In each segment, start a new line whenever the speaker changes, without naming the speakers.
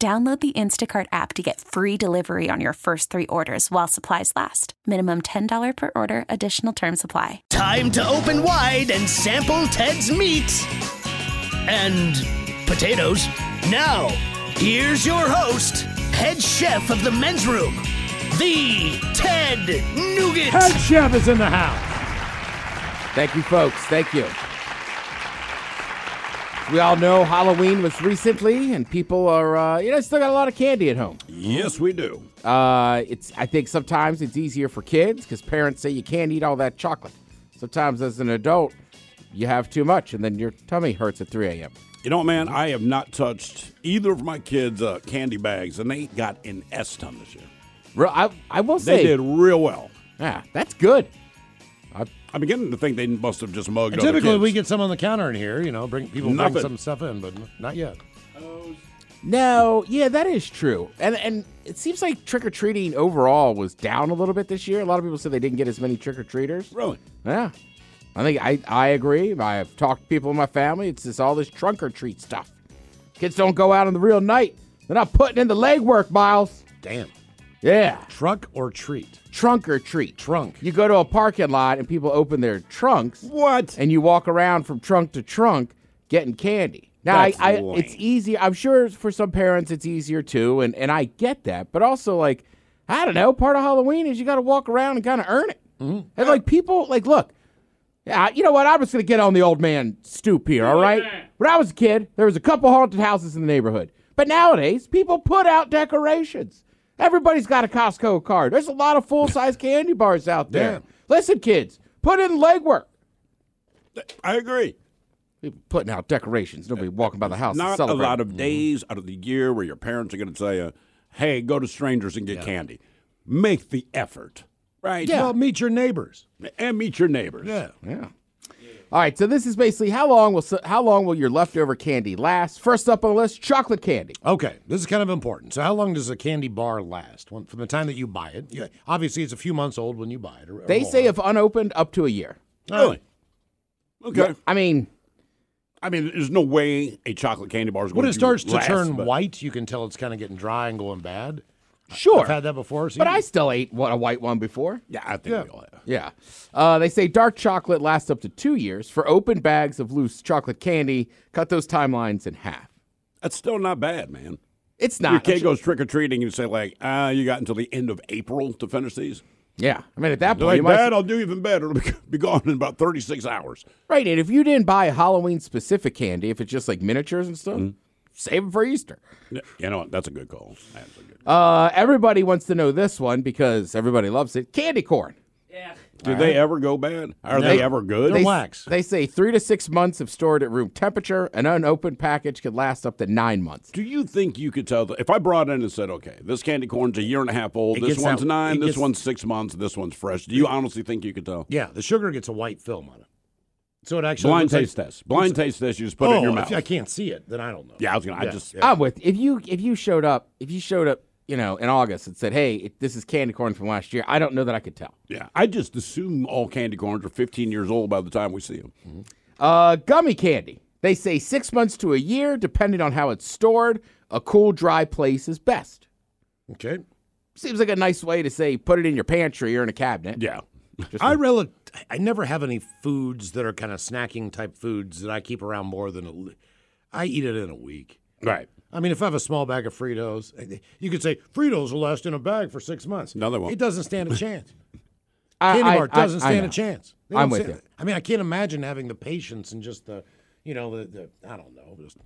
Download the Instacart app to get free delivery on your first three orders while supplies last. Minimum $10 per order, additional term supply.
Time to open wide and sample Ted's meat and potatoes. Now, here's your host, head chef of the men's room, the Ted Nugent.
Head chef is in the house.
Thank you, folks. Thank you. We all know Halloween was recently, and people are, uh, you know, still got a lot of candy at home.
Yes, we do.
Uh, it's, I think, sometimes it's easier for kids because parents say you can't eat all that chocolate. Sometimes, as an adult, you have too much, and then your tummy hurts at 3 a.m.
You know, man, I have not touched either of my kids' uh, candy bags, and they got an S ton this year.
Real, I, I will say,
They did real well.
yeah, that's good.
I'm beginning to think they must have just mugged.
And
other
typically,
kids.
we get some on the counter in here. You know, bring people
Nothing.
bring some stuff in, but n- not yet.
No, yeah, that is true. And and it seems like trick or treating overall was down a little bit this year. A lot of people said they didn't get as many trick or treaters.
really.
Yeah. I think I, I agree. I've talked to people in my family. It's just all this trunk or treat stuff. Kids don't go out on the real night. They're not putting in the legwork, Miles.
Damn.
Yeah.
Trunk or treat?
Trunk or treat.
Trunk.
You go to a parking lot and people open their trunks
What?
and you walk around from trunk to trunk getting candy. Now, I,
That's
I,
lame.
it's easy. I'm sure for some parents it's easier too, and, and I get that. But also, like, I don't know, part of Halloween is you got to walk around and kind of earn it.
Mm-hmm.
And, like, people, like, look, yeah, you know what? I'm just going to get on the old man stoop here, all right? When I was a kid, there was a couple haunted houses in the neighborhood. But nowadays, people put out decorations. Everybody's got a Costco card. There's a lot of full size candy bars out there.
Yeah.
Listen, kids, put in legwork.
I agree.
People putting out decorations. Nobody walking by the house.
Not a
to
lot
Mm-hmm.
of days out of the year where your parents are going to say, uh, "Hey, go to strangers and get candy." Make the effort, right?
Well, meet your neighbors.
And meet your neighbors.
Yeah. All right. So this is basically how long will how long will your leftover candy last? First up on the list, chocolate candy.
Okay, this is kind of important. So, how long does a candy bar last? When, from the time that you buy it, yeah, obviously it's a few months old when you buy it. Or, or
They
more.
say if unopened, up to a year.
Really. Okay.
I mean,
I mean, there's no way a chocolate candy bar is going
when
to
it starts to
last,
turn
but-
white, you can tell it's kind of getting dry and going bad.
sure,
I've had that before. So
but
you-
I still ate what a white one before.
Yeah, I think we all have.
Yeah. Uh, they say dark chocolate lasts up to two years. For open bags of loose chocolate candy, cut those timelines in half.
That's still not bad, man.
It's not.
Your kid goes trick or treating, and you say like, "Ah, you got until the end of April to finish these."
yeah. I mean, at that point,
They're like,
you might as-
Dad, I'll do even better. It'll be- be gone in about thirty-six hours.
Right, and if you didn't buy Halloween specific candy, if it's just like miniatures and stuff, save them for Easter.
Yeah, You know what? That's a good call. That's a good. Call.
Uh, everybody wants to know this one because everybody loves it. Candy corn.
do they ever go bad? Are they ever good?
They're
They,
wax.
they say three to six months if stored at room temperature. An unopened package could last up to nine months.
do you think you could tell? The, if I brought in and said, "Okay, this candy corn's a year and a half old.
It
This
gets
one's
out-
nine.
it
This
gets-
one's six months. This one's fresh." Do you honestly think you could tell?
yeah, the sugar gets a white film on it, so it actually
Blind
looks like-
taste test. Blind taste test. You just put
oh,
it in your
if
mouth.
I can't see it, then I don't know.
yeah, I was gonna. I just.
I'm with if you if you showed up if you showed up you know in August and said hey it, this is candy corn from last year I don't know that I could tell.
Yeah, I just assume all candy corns are 15 years old by the time we see them.
Uh, gummy candy. They say six months to a year depending on how it's stored. A cool dry place is best.
Okay.
Seems like a nice way to say put it in your pantry or in a cabinet.
Yeah.
I rel- I never have any foods that are kind of snacking type foods that I keep around more than a, li- I eat it in a week.
Right.
I mean, if I have a small bag of Fritos, eh, you could say Fritos will last in a bag for six months.
No, they won't.
It doesn't stand a chance.
I-
Candy
I-
bar
I-
doesn't
I
stand a
know.
chance. They
I'm
don't
with
stand-
you.
I mean, I can't imagine having the patience and just the, you know, the, the I don't know, just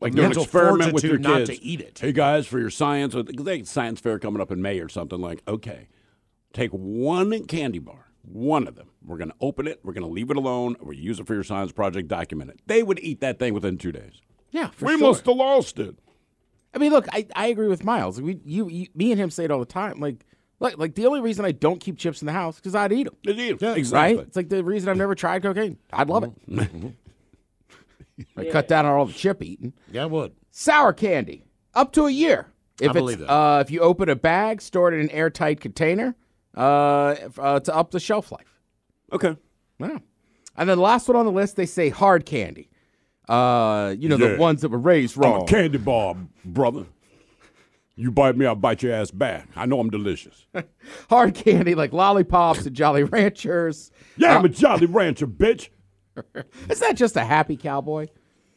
Like
the
do an
mental
experiment with your
fortitude
kids.
not to eat it.
Hey guys, for your science, with- 'cause they have science fair coming up in May or something. Like, okay, take one candy bar, one of them. We're gonna open it. We're gonna leave it alone. Or we use it for your science project. Document it. They would eat that thing within two days.
Yeah, for
we
sure.
must have lost it.
I mean, look, I, I agree with Miles. We you, you me and him say it all the time. Like, like, like the only reason I don't keep chips in the house because I'd eat them.
It is.
Yeah.
exactly.
Right? It's like the reason I've never tried cocaine. I'd love it.
Mm-hmm.
I cut down on all the chip eating.
Yeah, I would.
Sour candy, up to a year. If it's,
believe that.
Uh, if you open a bag, store it in an airtight container uh, f- uh, to up the shelf life.
Okay.
Wow. And then the last one on the list, they say hard candy. Uh, you know,
Yeah.
the ones that were raised
I'm
wrong.
a candy bar, brother. You bite me, I'll bite your ass back. I know I'm delicious.
hard candy like lollipops and Jolly Ranchers.
Yeah, I'm a Jolly Rancher, bitch.
Is that just a happy cowboy?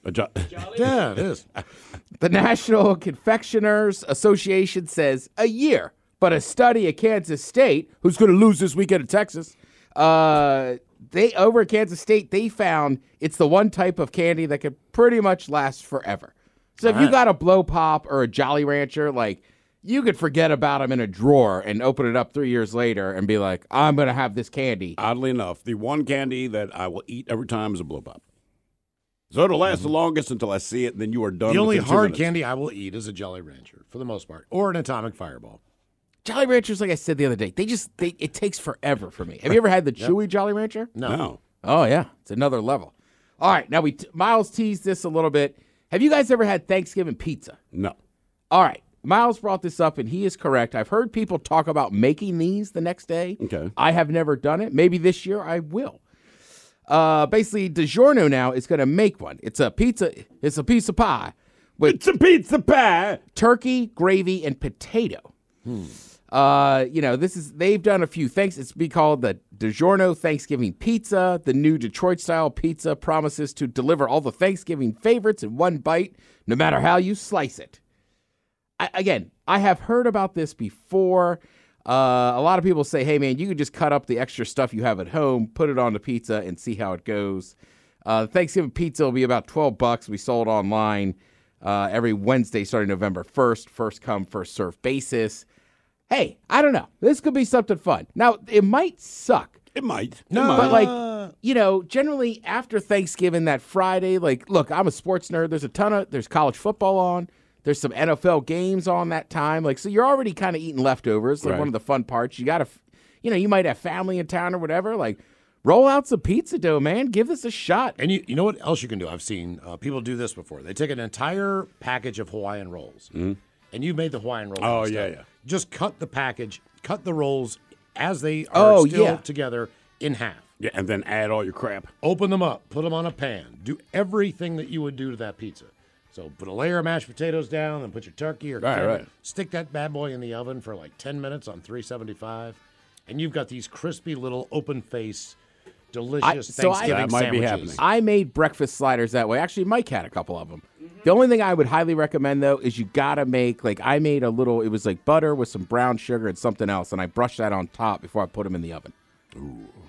A jo-
Yeah, it is.
The National Confectioners Association says a year, but a study at Kansas State, who's going to lose this weekend at Texas, uh, they over at Kansas State they found it's the one type of candy that could pretty much last forever. So if you got a blow pop or a Jolly Rancher, like you could forget about them in a drawer and open it up three years later and be like, I'm going to have this candy.
Oddly enough, the one candy that I will eat every time is a blow pop. So it'll last the longest until I see it, and then you are done.
Mm-hmm. The only
within two
hard
minutes.
candy I will eat is a Jolly Rancher, for the most part, or an Atomic Fireball.
Jolly Ranchers, like I said the other day, they just they, it takes forever for me. Have you ever had the chewy Jolly Rancher?
No.
Oh yeah, it's another level. All right, now we t- Miles teased this a little bit. Have you guys ever had Thanksgiving pizza?
No.
All right, Miles brought this up and he is correct. I've heard people talk about making these the next day.
Okay.
I have never done it. Maybe this year I will. Uh, basically, DiGiorno now is going to make one. It's a pizza. It's a piece of pie with
It's a pizza pie. Hmm.
turkey, gravy, and potato. Uh, you know, this is they've done a few things. It's be called the DiGiorno Thanksgiving Pizza. The new Detroit style pizza promises to deliver all the Thanksgiving favorites in one bite, no matter how you slice it. I, again, I have heard about this before. Uh, a lot of people say, "Hey, man, you can just cut up the extra stuff you have at home, put it on the pizza, and see how it goes." Uh, Thanksgiving pizza will be about twelve bucks. We sold online uh, every Wednesday starting November first, first come, first serve basis. Hey, I don't know. This could be something fun. Now, it might suck,
It might.
No.
It might.
but like you know, generally after Thanksgiving that Friday, like look, I'm a sports nerd. There's a ton of there's college football on. There's some NFL games on that time. Like so, you're already kind of eating leftovers. Like
Right.
one of the fun parts. You gotta, f- you know, you might have family in town or whatever. Like roll out some pizza dough, man. Give this a shot.
And you, you know what else you can do? I've seen uh, people do this before. They take an entire package of Hawaiian rolls, and you made the Hawaiian rolls.
Mm-hmm. Oh,
last
yeah,
time.
yeah.
Just cut the package, cut the rolls as they are
Oh,
still
yeah.
together in half.
yeah, and then add all your crap.
Open them up, put them on a pan, do everything that you would do to that pizza. So put a layer of mashed potatoes down, then put your turkey or
Right,
carrot,
right.
stick that bad boy in the oven for like ten minutes on three seventy five, and you've got these crispy little open face, delicious
so I-
Thanksgiving
That might be
sandwiches.
happening.
I made breakfast sliders that way. Actually, Mike had a couple of them. The only thing I would highly recommend though is you gotta make like I made a little. It was like butter with some brown sugar and something else, and I brushed that on top before I put them in the oven.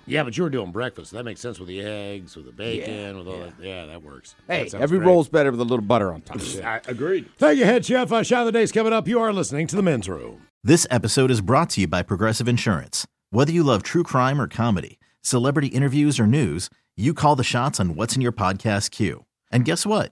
Yeah, but you were doing breakfast. That makes sense with the eggs, with the bacon, with all that. Yeah, that works.
Hey,
That sounds
every
great.
roll's better with a little butter on top.
I agreed.
Thank you, head chef. Our shot of the day's coming up. You are listening to the men's room.
This episode is brought to you by Progressive Insurance. Whether you love true crime or comedy, celebrity interviews or news, you call the shots on what's in your podcast queue. And guess what?